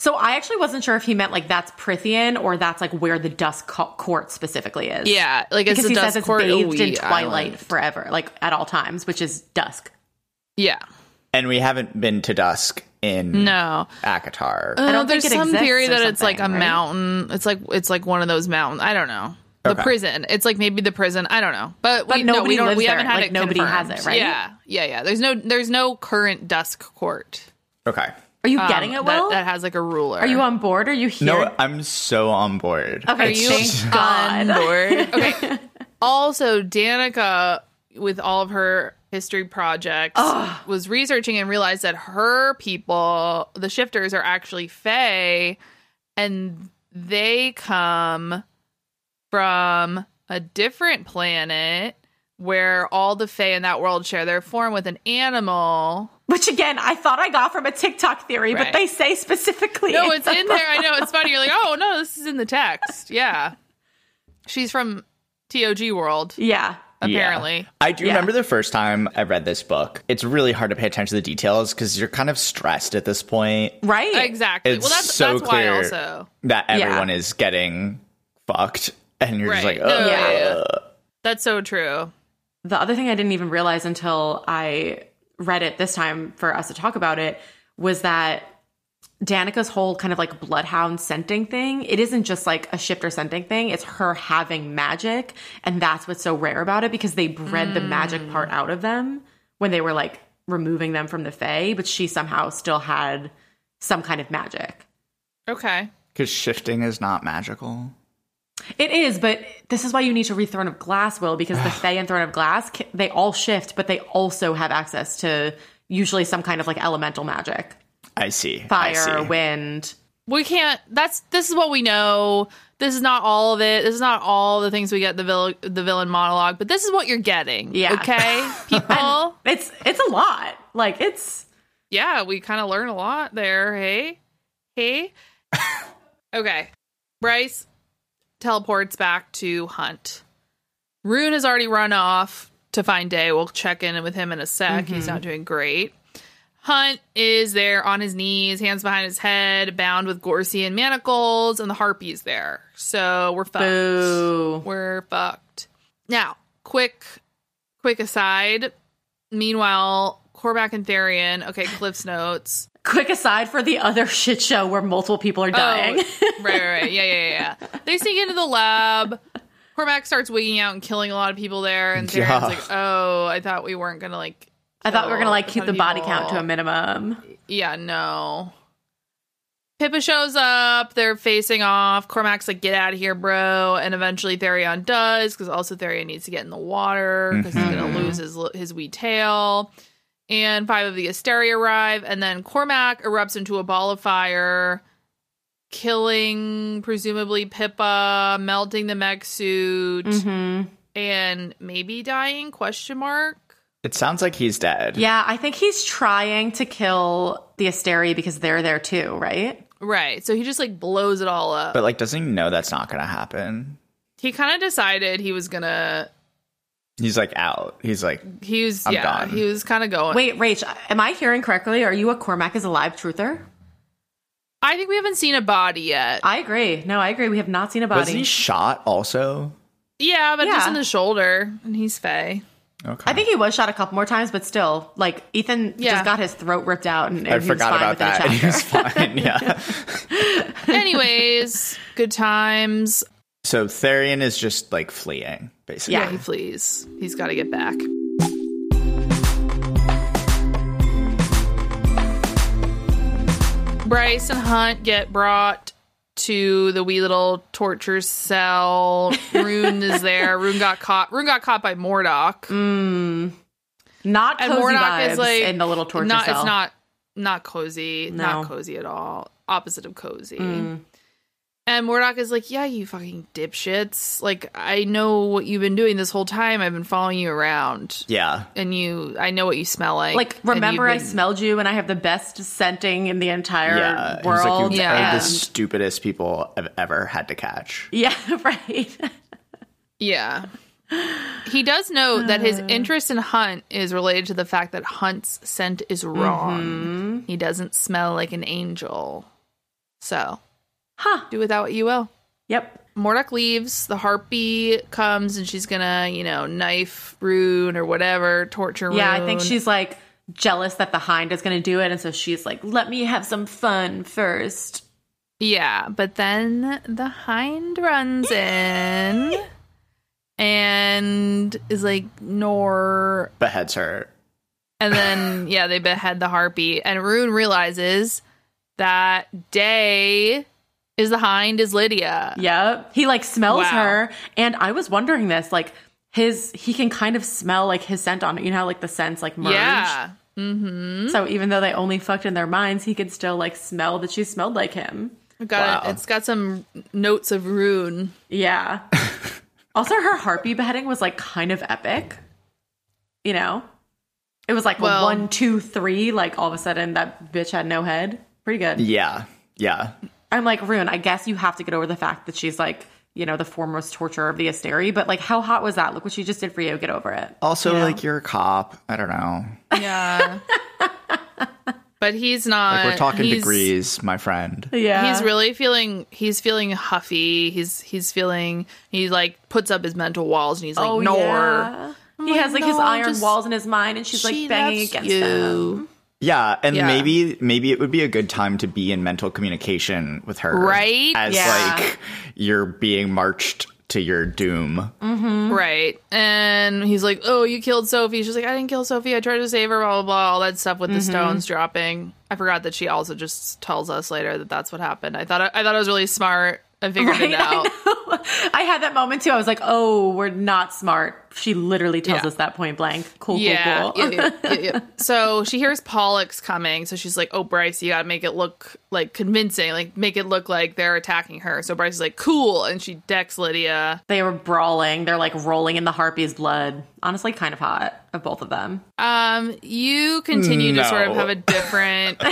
So I actually wasn't sure if he meant like that's Prithian or that's like where the Dusk Co- Court specifically is.
Yeah. Like it's
because
a
he
dusk
says it's
court,
bathed in
Ooey
twilight
Island.
forever, like at all times, which is dusk.
Yeah.
And we haven't been to Dusk
Mm-hmm.
in
No.
Akatar.
I
don't think
Uh, there's
it
some
exists
theory
or
that it's like a
something, right?
mountain. It's like it's like one of those mountains. I don't know. The
Okay.
prison. It's like maybe the prison. I don't know. But,
But
we, no,
nobody
we don't.
lives
we
there.
haven't had
Like,
it.
nobody has
confirmed.
it, right?
Yeah. Yeah. Yeah. There's no. There's no current dusk court.
okay.
Are you
um,
getting it,
that-
Will?
That, has like a ruler.
Are you on board? Are you here?
No, I'm so on board.
Okay,
Are
It's
you
just-
[LAUGHS] on
God.
board? Okay. also, Danica, with all of her history projects, was researching and realized that her people, the shifters, are actually Fae, and they come from a different planet where all the Fae in that world share their form with an animal.
Which again, I thought I got from a TikTok theory, but
Right.
they say specifically.
No, it's in there. I know. It's funny. You're like, oh, no, this is in the text. Yeah. She's from TOG world.
Yeah.
Yeah.
apparently.
I do
Yeah.
remember the first time I read this book. It's really hard to pay attention to the details because you're kind of stressed at this point
Right?
Exactly.
It's
well, that's
so
that's
clear.
why also.
that
Yeah.
everyone is getting fucked. And you're just
Right.
like,
No,
oh,
yeah, yeah. That's so true.
The other thing I didn't even realize until I read it this time for us to talk about it was that Danica's whole kind of like bloodhound scenting thing, it isn't just like a shifter scenting thing, it's her having magic. And that's what's so rare about it because they bred the magic part out of them when they were like removing them from the Fae, but she somehow still had some kind of magic.
Okay.
because shifting is not magical.
It is, but this is why you need to read Throne of Glass, Will, because
[SIGHS]
the Fae and Throne of Glass, ca- they all shift, but they also have access to usually some kind of like elemental magic
I see. I
fire,
see.
wind.
We can't. That's this is what we know. This is not all of it. This is not all the things we get the vill- the villain monologue, but this is what you're getting.
Yeah.
Okay, people.
It's it's a lot. Like it's
yeah, we kind of learn a lot there. Hey, hey. okay, Bryce teleports back to Hunt. Rune has already run off to find Day. We'll check in with him in a sec. He's not doing great. Hunt is there on his knees, hands behind his head, bound with Gorsey and manacles, and the harpy's there. So we're fucked.
boo.
We're fucked. Now, quick, quick aside. Meanwhile, Korback and Therian. Okay, Cliff's notes. Oh,
Quick aside for the other [LAUGHS] shit show where multiple
Oh,
people are dying. [LAUGHS]
right, right, right. Yeah, yeah, yeah, yeah. They sneak into the lab. Korback starts wigging out and killing a lot of people there, and Therian's
Yeah.
like, "Oh, I thought we weren't gonna like."
I thought we were gonna like
kill
keep
a
the
oh,
ton of
body count to
people."
a minimum.
Yeah, no. Pippa shows up. They're facing off. Cormac's like, "Get out of here, bro!" And eventually, Therion does because also Therion needs to get in the water because he's gonna lose his his wee tail. And five of the Asteri arrive, and then Cormac erupts into a ball of fire, killing presumably Pippa, melting the mech suit,
Mhm.
and maybe dying? Question mark.
It sounds like he's dead.
Yeah, I think he's trying to kill the Asteri because they're there too, right?
Right. So he just like blows it all up.
But like, doesn't he know that's not going to happen?
he kind of decided he was gonna
He's like out. He's like,
he was
I'm
yeah
done.
he was kind of going
Wait, Rach, am I hearing correctly? Are you a Cormac is alive truther?
i think we haven't seen a body yet
I agree. No, I agree. We have not seen a
was
body.
he shot also?
yeah but just
Yeah.
in the shoulder and he's fey
[LAUGHS]
Okay.
I think he was shot a couple more times, but still, like Ethan
Yeah.
just got his throat ripped out, and, and
I
he
forgot
was fine
about
within
that. [LAUGHS]
A
He
chapter.
was fine.
[LAUGHS]
Yeah.
anyways good times
so Therian is just like fleeing, basically.
yeah, he flees he's got to get back bryce and hunt get brought to the wee little torture cell.
[LAUGHS]
Rune is there. Rune got caught. Rune got caught by Mordock.
Not
And
cozy
Warnock
vibes
is like
in the little torture
not,
cell.
It's not not cozy. Not
No. Mm.
cozy at all. Opposite of cozy. And Mordock is like, yeah, you fucking dipshits. Like, I know what you've been doing this whole time. I've been following you around,
Yeah.
and you, I know what you smell like.
like
and
remember I
you've been-
smelled you and I have the best scenting in the entire
Yeah. He's like,
world.
you
Yeah.
are
and-
the stupidest people I've ever had to catch.
[LAUGHS] yeah, right.
Yeah. He does note that
Uh.
his interest in Hunt is related to the fact that Hunt's scent is wrong.
Mm-hmm.
He doesn't smell like an angel. So,
Huh.
do without what you will.
Yep.
Mordok leaves. The harpy comes and she's gonna, you know, knife Rune or whatever, torture Rune.
Yeah, I think she's like jealous that the hind is going to do it, and so she's like, "Let me have some fun first.
Yeah, but then the hind runs in and is like, Nor,
Beheads her.
And then, [LAUGHS] yeah, they behead the harpy. And Rune realizes that Day is the hind, is Lydia.
Yep. He like smells
Wow.
her, and I was wondering this, like his he can kind of smell like his scent on it. You know, how, like the scents like merge.
Yeah. Mm-hmm.
So even though they only fucked in their minds, he could still like smell that she smelled like him.
Got
Wow.
it. It's got some notes of Rune. [LAUGHS]
Yeah. also, her harpy beheading was like kind of epic. You know, it was like
Well-
a one, two, three. Like all of a sudden, that bitch had no head. Pretty good.
Yeah. Yeah.
I'm like, Rune, I guess you have to get over the fact that she's like, you know, the foremost torturer of the Asteri, but like, how hot was that? Look what she just did for you. Get over it.
Also, like, you're a cop. I don't know.
Yeah. [LAUGHS] but he's not.
Like, we're talking
Uh, he's- Uh,
degrees, my friend.
Yeah.
He's really feeling. He's feeling huffy. He's he's feeling. He like puts up his mental walls and he's like,
Oh,
"Nor."
yeah. He has like his
no,
iron
just-
walls in his mind, and she's
She
like banging
loves
against
you.
them.
Yeah, and
Yeah.
maybe maybe it would be a good time to be in mental communication with her,
Right?
As
Yeah.
like you're being marched to your doom.
Mm-hmm.
Right. And he's like, Oh, you killed Sophie. She's like, I didn't kill Sophie. I tried to save her, blah, blah, blah. All that stuff with
Mm-hmm.
the stones dropping. I forgot that she also just tells us later that that's what happened. I thought I, thought I was really smart. I figured
Right,
it
I
out.
know. I had that moment too. I was like, oh, we're not smart. She literally tells
Yeah.
us that point blank. Cool,
Yeah,
cool, cool.
yeah, yeah, yeah,
[LAUGHS]
yeah. So she hears Pollux coming. So she's like, Oh, Bryce, you got to make it look like convincing, like make it look like they're attacking her. So Bryce is like, Cool. And she decks Lydia.
They were brawling. They're like rolling in the harpy's blood. Honestly, kind of hot of both of them.
Um, you continue to sort of
No.
have a
[LAUGHS]
different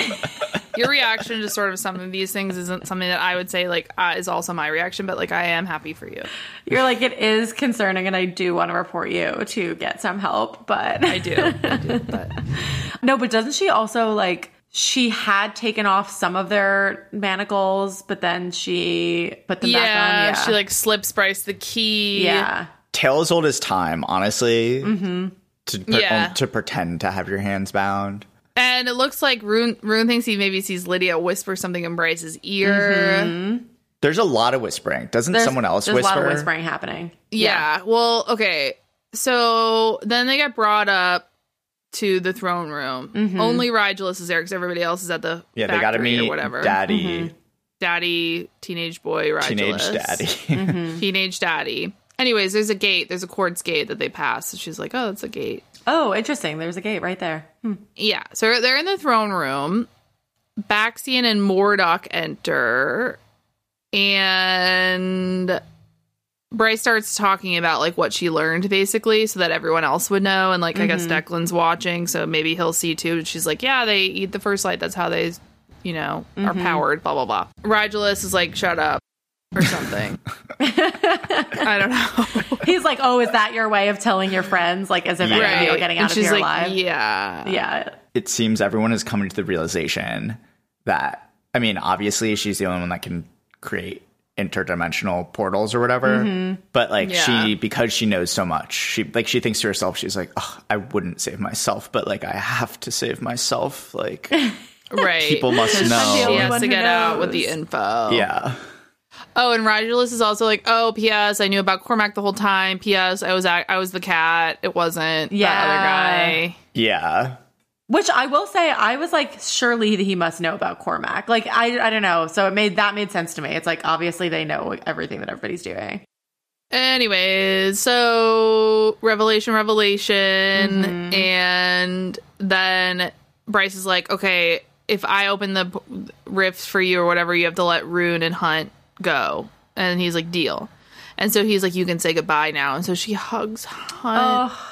your reaction to sort of some of these things isn't something that I would say like uh, is also my reaction, but like I am happy for you.
You're like, it is concerning, and I do want to report you to get some help. But
I do, I do but
[LAUGHS] no, but doesn't she also like? She had taken off some of their manacles, but then she put them
yeah,
back on.
she like slips Bryce the key.
yeah,
Tale as old as time, honestly.
Mm-hmm.
To pre-
Yeah.
um, to pretend to have your hands bound.
and it looks like Rune Rune thinks he maybe sees Lydia whisper something in Bryce's ear.
Mm-hmm.
There's a lot of whispering. Doesn't
There's-
someone else
There's
whisper?
a lot of whispering happening.
Yeah. Well, okay. So then they get brought up to the throne room. Only Rigelus is there because everybody else is at the
Mm-hmm. Yeah, they got to
factory
meet
or whatever.
daddy,
Mm-hmm.
daddy, teenage boy, Rigelus.
teenage daddy.
Mm-hmm.
Teenage daddy. Anyways, there's a gate. There's a quartz gate that they pass. And she's like, oh, that's a gate.
Oh, interesting. There's a gate right there. Hmm.
Yeah. So they're in the throne room. Baxian and Mordock enter. And Bryce starts talking about like what she learned basically so that everyone else would know. And like, I guess
Mm-hmm.
Declan's watching. So maybe he'll see too. And she's like, yeah, they eat the first light. That's how they, you know, are
Mm-hmm.
powered, blah, blah, blah. Rigelus is like, shut up or
[LAUGHS]
something. I don't know.
He's like, "Oh, is that your way of telling your friends? Like, as if
Yeah.
any of you are
Right.
getting
And
out of
she's
here
like,
alive?"
Yeah.
Yeah.
[LAUGHS] it seems everyone is coming to the realization that I mean, obviously she's the only one that can create interdimensional portals or whatever.
Mm-hmm.
But like
Yeah.
she because she knows so much, she like she thinks to herself, she's like, oh, I wouldn't save myself, but like I have to save
[LAUGHS]
myself. Like
Right.
people must
She
only
know.
has
one
to
who
get out with
knows.
the info.
Yeah.
Oh, and Rigelus is also like, oh, P.S. I knew about Cormac the whole time. P.S. I was act- I was the cat. It wasn't
Yeah.
that other guy.
Yeah.
Which I will say, I was like, surely he must know about Cormac. Like, I, I don't know. So it made that made sense to me. It's like obviously they know everything that everybody's doing.
Anyways, so revelation, revelation,
Mhm.
and then Bryce is like, "Okay, if I open the p- rifts for you or whatever, you have to let Rune and Hunt go." And he's like, "Deal." And so he's like, "You can say goodbye now." And so she hugs Hunt,
Oh,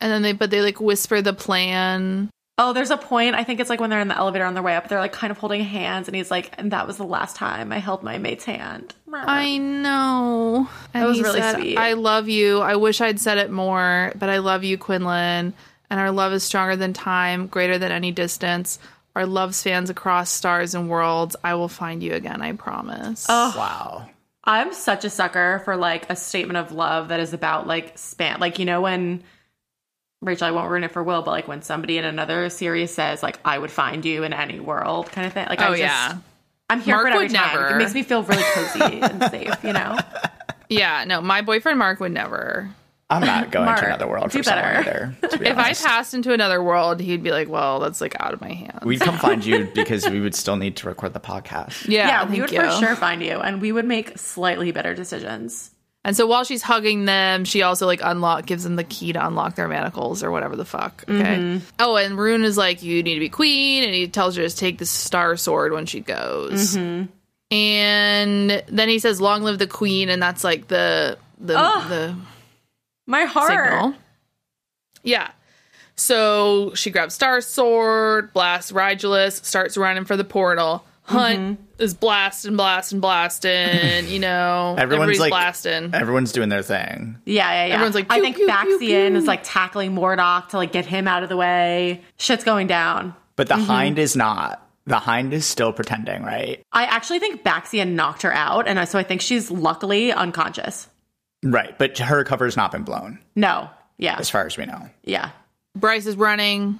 and then they, but they like whisper the plan.
oh, there's a point. I think it's like when they're in the elevator on their way up. They're like kind of holding hands, and he's like, and that was the last time I held my mate's hand.
I know. And
was
he
really
said,
sweet.
I love you. I wish I'd said it more, but I love you, Quinlan. And our love is stronger than time, greater than any distance. Our love spans across stars and worlds. I will find you again, I promise.
Oh.
Wow.
I'm such a sucker for like a statement of love that is about like span. Like, you know, when Rachel, I won't ruin it for Will, but like when somebody in another series says, like, I would find you in any world kind of thing. Like, I
Oh,
just,
yeah.
I'm here
Mark
for it every
would
time.
never.
It makes me feel really
[LAUGHS]
cozy and safe, you know?
Yeah, no, my boyfriend Mark would never.
I'm not going
Mark,
to another world
do
for someone
better.
either. To
[LAUGHS]
be
If I
honest.
passed into another world, he'd be like, well, that's like out of my hands.
we'd come find you because we would still need to record the podcast.
yeah,
Yeah,
thank
we would
you.
for sure find you and we would make slightly better decisions.
And so while she's hugging them, she also like unlock gives them the key to unlock their manacles or whatever the fuck. Okay. Oh, and Rune is like, "You need to be queen," and he tells her to take the star sword when she goes. And then he says, "Long live the queen," and that's like the the
Ugh.
the
My heart.
signal. Yeah. So she grabs Star Sword, blasts Rigulus, starts running for the portal. Hunt is blasting, blasting, blasting. You know,
[LAUGHS] Everyone's
everybody's
like
blasting.
Everyone's doing their thing.
Yeah, yeah, yeah.
Everyone's like,
I
pew,
think
pew,
Baxian
pew, pew.
is like tackling Mordok to like get him out of the way. Shit's going down.
But
Mm-hmm.
the hind is not. The hind is still pretending, right?
I actually think Baxian knocked her out, and I- so I think she's luckily unconscious.
Right. But her cover's not been blown,
No, yeah,
as far as we know.
yeah.
Bryce is running.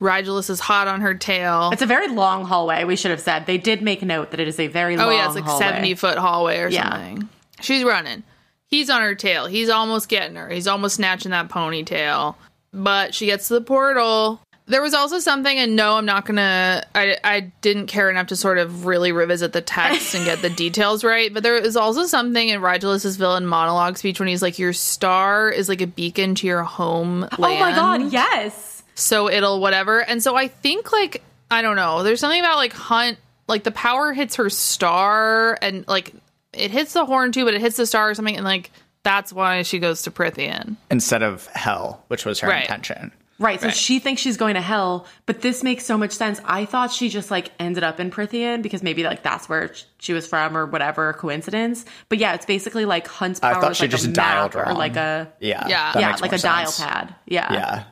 Rigulus is hot on her tail.
It's a very long hallway. We should have said they did make note that it is a very long.
oh yeah, it's like
hallway.
seventy foot hallway or
Yeah.
something. She's running. He's on her tail. He's almost getting her. He's almost snatching that ponytail. But she gets to the portal. There was also something, and no, I'm not gonna. I I didn't care enough to sort of really revisit the text and
[LAUGHS]
get the details right. But there is also something in Ridulus's villain monologue speech when he's like, "Your star is like a beacon to your home."
Oh my god, yes.
so it'll whatever. And so I think like I don't know. There's something about like Hunt, like the power hits her star, and like it hits the horn too, but it hits the star or something, and like that's why she goes to Prithian.
Instead of hell, which was her
Right.
intention.
Right, so she thinks she's going to hell, but this makes so much sense. I thought she just like ended up in Prithian because maybe like that's where sh- she was from or whatever coincidence. But yeah, it's basically like Hunt's power
I thought
is,
she
like, a
just
map
dialed wrong.
or like a
Yeah.
Yeah.
that
yeah,
makes
like
more
a dial
sense.
pad. Yeah,
Yeah.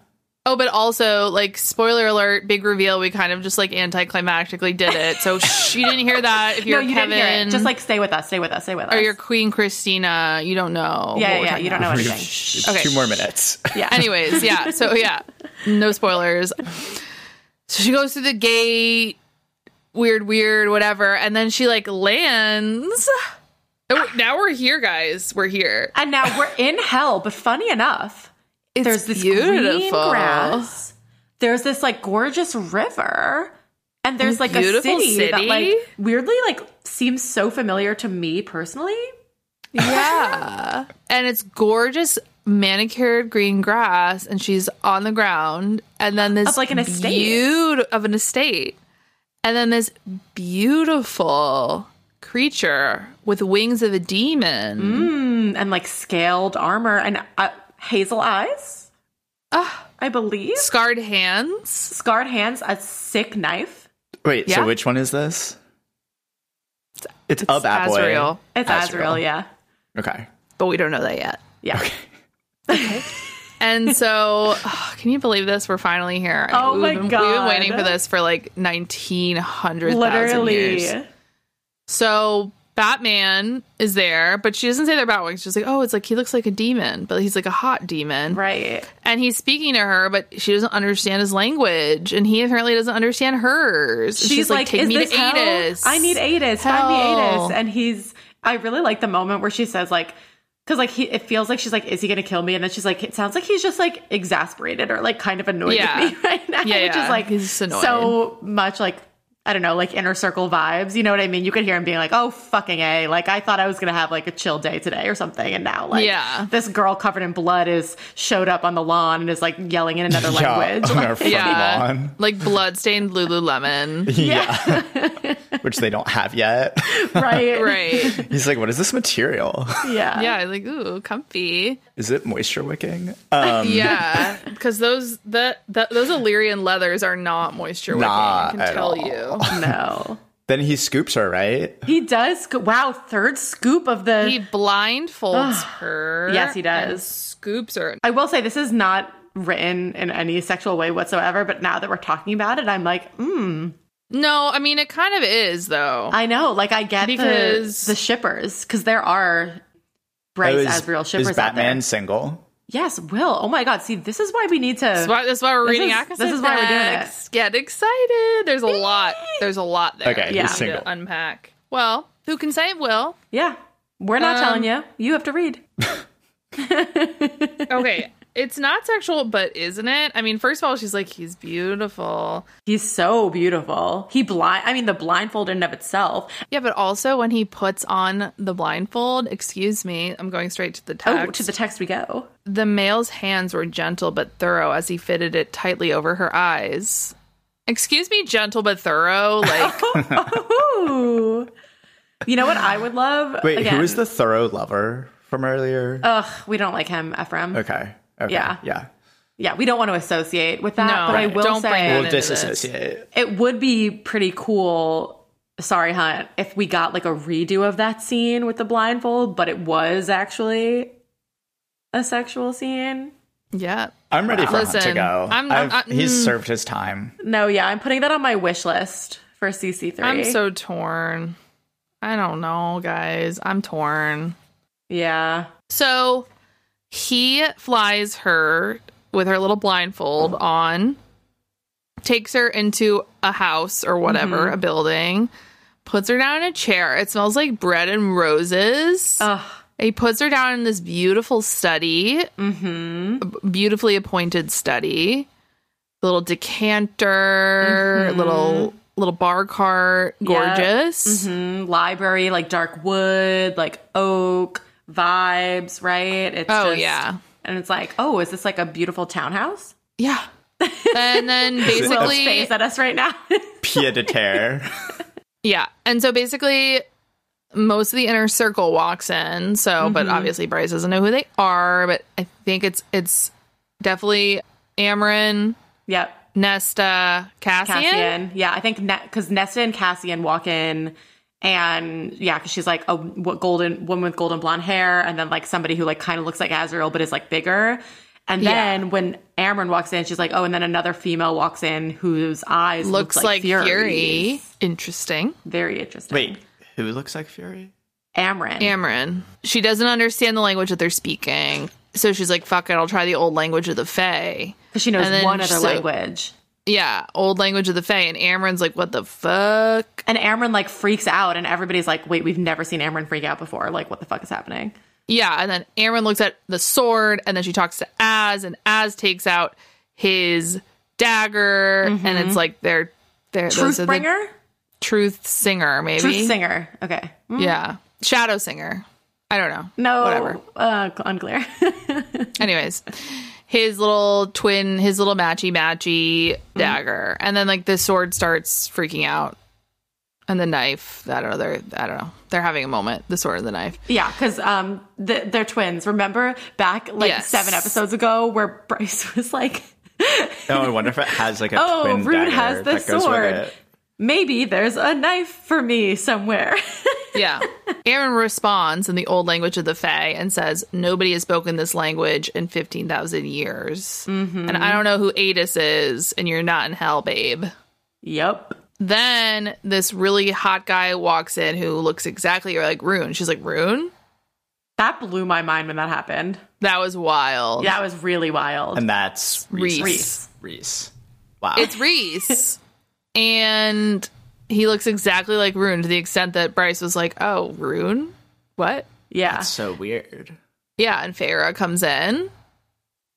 Oh, but also like spoiler alert, big reveal. We kind of just like anticlimactically did it,
[LAUGHS]
so she didn't hear that. If
No,
you're
you
Kevin,
didn't hear it. Just like stay with us, stay with us, stay with us.
or you're Queen Christina, you don't know.
yeah,
what
yeah,
we're
yeah,
talking [LAUGHS]
you don't know
We've-
anything.
Okay.
Two more minutes. [LAUGHS]
Yeah.
Anyways, yeah. So yeah, no spoilers. So she goes through the gate, weird, weird, whatever, and then she like lands. Oh, now we're here, guys. We're here.
And now we're in hell, but funny enough, there's this green
beautiful.
grass. There's this like gorgeous river, and there's like a
beautiful
city, that
city.
like weirdly like seems so familiar to me personally.
Yeah, and it's gorgeous, manicured green grass, and she's on the ground, and then this
Of, like, an estate.
beaut- of an estate, and then this beautiful creature with wings of a demon.
Mm, and like scaled armor and uh, hazel eyes,
Ah.
I believe.
scarred hands.
Scarred hands, a sick knife.
Wait,
Yeah.
so which one is this? It's, up Aboy.
Azrael,
It's Azrael, yeah.
Okay.
but we don't know that yet.
Yeah.
And so, [LAUGHS] ugh, can you believe this? We're finally here.
Oh
We've
my
been- We've been
God.
waiting for this for like nineteen hundred
Literally.
years. So Batman is there, but she doesn't say they're Batwings. She's like, oh, it's like he looks like a demon, but he's like a hot demon,
Right.
and he's speaking to her, but she doesn't understand his language, and he apparently doesn't understand hers. And
she's, like,
take
is
me
this
to
hell?
Adis.
I need Adis. Find me
Hell.
Adis. And he's, I really like the moment where she says, like, Cause like he, it feels like she's like, is he gonna kill me? And then she's like, it sounds like he's just like exasperated or like kind of annoyed
Yeah.
with me [LAUGHS] right now,
Yeah,
which
yeah.
is like
He's just annoyed.
so much like I don't know, like inner circle vibes. You know what I mean? You could hear him being like, oh fucking a, like I thought I was gonna have like a chill day today or something, and now like
Yeah.
this girl covered in blood is showed up on the lawn and is like yelling in
[LAUGHS]
another language.
on our
Like,
front
Yeah,
lawn.
like bloodstained Lululemon.
Yeah. Which they don't have yet.
[LAUGHS] right,
right.
He's like, what is this material? [LAUGHS]
yeah,
Yeah, like ooh, comfy.
Is it moisture wicking? Uh, [LAUGHS]
yeah, because those the, the those Illyrian leathers are not moisture wicking.
Nah,
I can
at
tell
all. [LAUGHS]
you.
No,
Then he scoops her, right?
he does. sco- Wow, third scoop of the
He blindfolds her.
Ah. Yes, he does.
and scoops her.
I will say this is not written in any sexual way whatsoever, but now that we're talking about it, I'm like, mm,
No, I mean it kind of is though.
I know. Like I get
Because-
the, the shippers because there are Bryce
Oh,
as real shippers
is
out
Batman
there.
single?
Yes, Will. Oh my God. See, this is why we need to.
that's why, that's why we're
This
reading
is-
Atkinson.
this is why we're doing it.
next. Get excited! There's a lot. There's a lot there.
Okay,
that
he's
we need
single.
to unpack. Well, who can say it
[LAUGHS]
will?
yeah, we're
Um,
not telling you. You have to read.
Okay, it's not sexual, but isn't it? I mean, first of all, she's like he's beautiful.
He's so beautiful. He blind. I mean, the blindfold in and of itself.
Yeah, but also when he puts on the blindfold, excuse me, I'm going straight to the
Oh,
text.
to the text we go.
the male's hands were gentle but thorough as he fitted it tightly over her eyes. Excuse me, gentle but
[LAUGHS]
thorough. Like,
Ooh. You know what I would love?
Wait,
Again,
who is the thorough lover from earlier?
Ugh, we don't like him, Ephraim.
okay. Okay.
yeah.
Yeah.
Yeah, we don't want to associate with that.
No,
but I
Right.
will
don't
say
bring that
We'll
into this.
disassociate.
it would be pretty cool. Sorry, Hunt, if we got like a redo of that scene with the blindfold, but it was actually a sexual scene.
yeah.
I'm ready for him
Listen,
to go.
I'm- I'm-
I've-
I-
he's
mm.
served his time.
No, yeah, I'm putting that on my wish list for CC3.
I'm so torn. I don't know, guys. I'm torn.
yeah.
So he flies her with her little blindfold on, takes her into a house or whatever,
Mm-hmm.
a building, puts her down in a chair. It smells like bread and roses.
Ugh.
He puts her down in this beautiful study,
Mm-hmm.
b- beautifully appointed study. Little decanter, little little bar cart,
Mm-hmm. Yeah.
gorgeous.
Mm-hmm. Library, like dark wood, like oak vibes, right? It's
Oh
just-
yeah,
And it's like, oh, is this like a beautiful townhouse?
yeah. and then
[LAUGHS] Will's
basically,
face at us right now. [LAUGHS]
Pied de terre.
Yeah. And so basically, most of the inner circle walks in. So, but obviously, Bryce doesn't know who they are. But I think it's it's definitely Amarin,
yep.
Nesta, Cassian.
Cassian. Yeah, I think because Nesta and Cassian walk in, and yeah, because she's like a what golden woman with golden blonde hair, and then like somebody who like kind of looks like Azrael but is like bigger. And
Yeah.
then when Amron walks in, she's like, oh, and then another female walks in whose eyes
Looks
look
like,
like,
Fury.
Fury's.
Interesting.
Very interesting.
Wait, who looks like Fury?
Amron.
Amarin. She doesn't understand the language that they're speaking. So she's like, fuck it, I'll try the old language of the Fae.
because she knows
And then
one other
so-
language.
Yeah, old language of the Fae. And Amarin's like, what the fuck?
And Amron like freaks out, and everybody's like, wait, we've never seen Amron freak out before. Like, what the fuck is happening?
Yeah, and then Aaron looks at the sword, and then she talks to Az, and Az takes out his dagger, and
Mm-hmm.
it's like they're they're those are the
Truthbringer?
truth singer, maybe
Truth singer. Okay. Mm,
yeah, shadow singer. I don't know.
No.
whatever.
Uh, unclear.
Anyways, his little twin, his little matchy matchy
Mm-hmm.
dagger, and then like the sword starts freaking out, and the knife. I don't know. They're I don't know. They're having a moment. The sword and the knife.
Yeah, because um, th- they're twins. Remember back like
Yes.
seven episodes ago where Bryce [LAUGHS] was like,
Oh, I wonder if it has like a
Oh,
twin
Rude
dagger
has the
that goes
sword.
with it.
maybe there's a knife for me somewhere. [LAUGHS]
Yeah. Aaron responds in the old language of the Fae and says, Nobody has spoken this language in 15,000 years. And I don't know who Adis is, and you're not in hell, babe.
yep.
Then this really hot guy walks in who looks exactly like Rune. She's like, Rune?
That blew my mind when that happened.
That was wild.
That was really wild.
And that's
Reese.
Reese.
Reese.
Reese. Wow.
It's Reese. [LAUGHS] and he looks exactly like Rune to the extent that Bryce was like, Oh, Rune? What?
Yeah.
so weird.
Yeah, and Feyre comes in,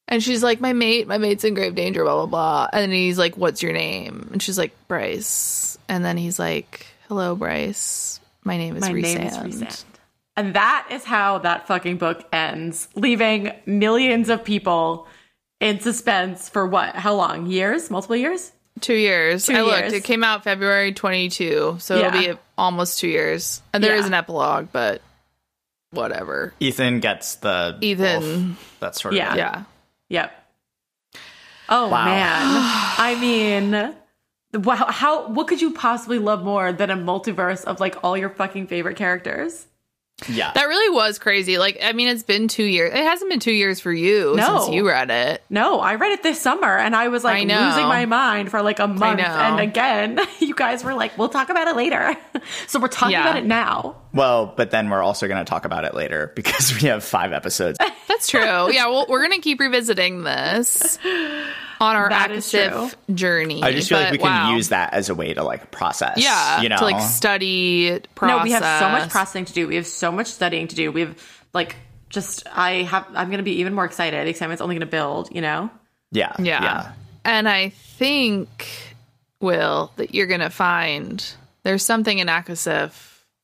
and she's like, "My mate, my mate's in grave danger." Blah blah blah. And then he's like, "What's your name?" And she's like, "Bryce." And then he's like, "Hello, Bryce. My name is
My
Resand."
name is Resand. And that is how that fucking book ends, leaving millions of people in suspense for what? How long? Years? Multiple years?
Two years.
Two
I looked.
years.
It came out February 22, so
Yeah.
it'll be almost two years. And there is
Yeah.
an epilogue, but whatever.
Ethan gets the
Ethan.
wolf, that sort
Yeah.
of
Yeah.
Yep. Oh
[SIGHS]
Wow.
man. I mean, wow, how what could you possibly love more than a multiverse of like all your fucking favorite characters?
yeah.
That really was crazy. Like, I mean, it's been two years. It hasn't been two years for you
No.
since you read it.
No, I read it this summer and I was like
I know.
losing my mind for like a month.
know.
And again, [LAUGHS] you guys were like, we'll talk about it later. [LAUGHS] so we're talking
Yeah.
about it now.
Well, but then we're also going to talk about it later [LAUGHS] because we have five episodes.
That's
[LAUGHS]
true. yeah, well, we're gonna keep revisiting this on our
That is
active journey.
I just feel like
but
we can
wow.
use that as a way to like process.
yeah,
you know,
to like study process.
No, we have so much processing to do. We have so much studying to do. We have like just I have I'm gonna be even more excited. Excitement's only gonna build,
[LAUGHS]
you know?
yeah,
Yeah. And I think, Will, that you're going to find there's something in Akasif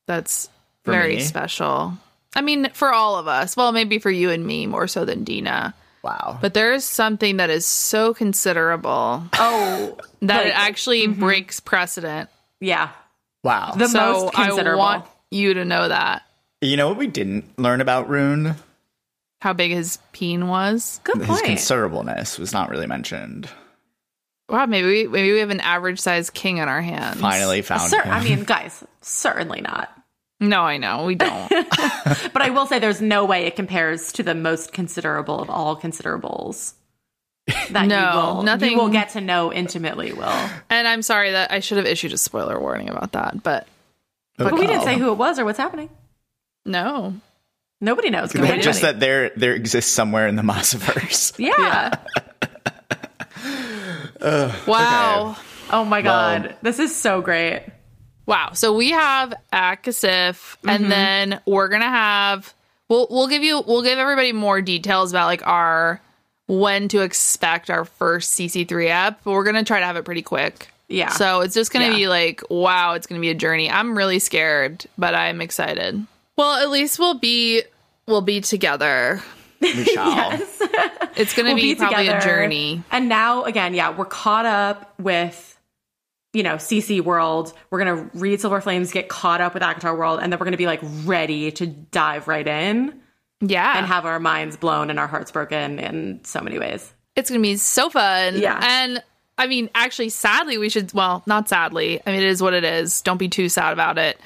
that's
For
very
me?
special. I mean, for all of us. Well, maybe for you and me more so than Dina.
Wow.
But there is something that is so considerable
Oh
that it
Like- mm-hmm.
actually breaks precedent.
yeah.
wow.
The
So
most
I
considerable.
want you to know that
you know what we didn't learn about Rune?
how big his peen was.
Good
His
point.
considerableness was not really mentioned.
Wow, maybe we, maybe we have an average sized king on our hands.
Finally found
Sir,
him.
I mean, guys, certainly not.
No, I know we
[LAUGHS]
don't.
But I will say there's no way it compares to the most considerable of all
[LAUGHS]
considerables. That
No,
you will,
nothing-
you will get to know intimately, Will.
And I'm sorry that I should have issued a spoiler warning about that, but
But we didn't
Oh.
say who it was or what's happening.
no.
Nobody knows.
But
Nobody
[LAUGHS] just
knows.
that there there exists somewhere in the [LAUGHS]
[LAUGHS]
Mossiverse.
yeah.
Wow.
Oh my god, this is so great.
Wow. So we have Akasif
Mm-hmm.
and then we're going to have we'll we'll give you we'll give everybody more details about like our when to expect our first CC3 app, but we're going to try to have it pretty quick.
Yeah.
So it's just going to
Yeah.
be like, wow, it's going to be a journey. I'm really scared, but I'm excited. Well, at least we'll be we'll be together.
We shall.
It's going to
We'll
be,
be,
probably
together.
a journey.
And now again, yeah, we're caught up with you know, CC World. We're gonna read Silver Flames, get caught up with Akatar World, and then we're gonna be like ready to dive right in
Yeah.
and have our minds blown and our hearts broken in so many ways.
It's gonna be so fun.
Yeah.
And I mean, actually, sadly, we should well, not sadly. I mean, it is what it is. Don't be too sad about it.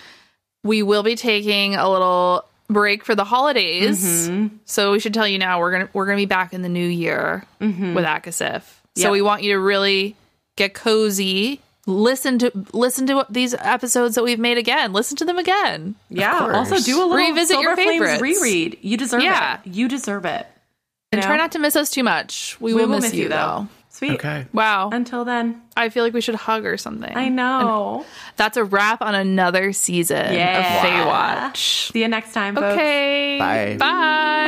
We will be taking a little break for the holidays. So we should tell you now we're gonna we're gonna be back in the new year with Akasif. So
Yep.
we want you to really get cozy. Listen to listen to these episodes that we've made again. Listen to them again.
Yeah.
course.
Also do a little
Revisit
Silver
your
Flames
favorites.
reread. You deserve
Yeah.
it. You deserve it.
And
know?
try not to miss us too much. We,
We
will, miss, you though.
Sweet.
Okay.
Wow.
Until then,
I feel like we should hug or something.
I know.
That's a wrap on another season
Yeah.
of Baywatch.
See you next time, folks.
Okay.
Bye.
Bye.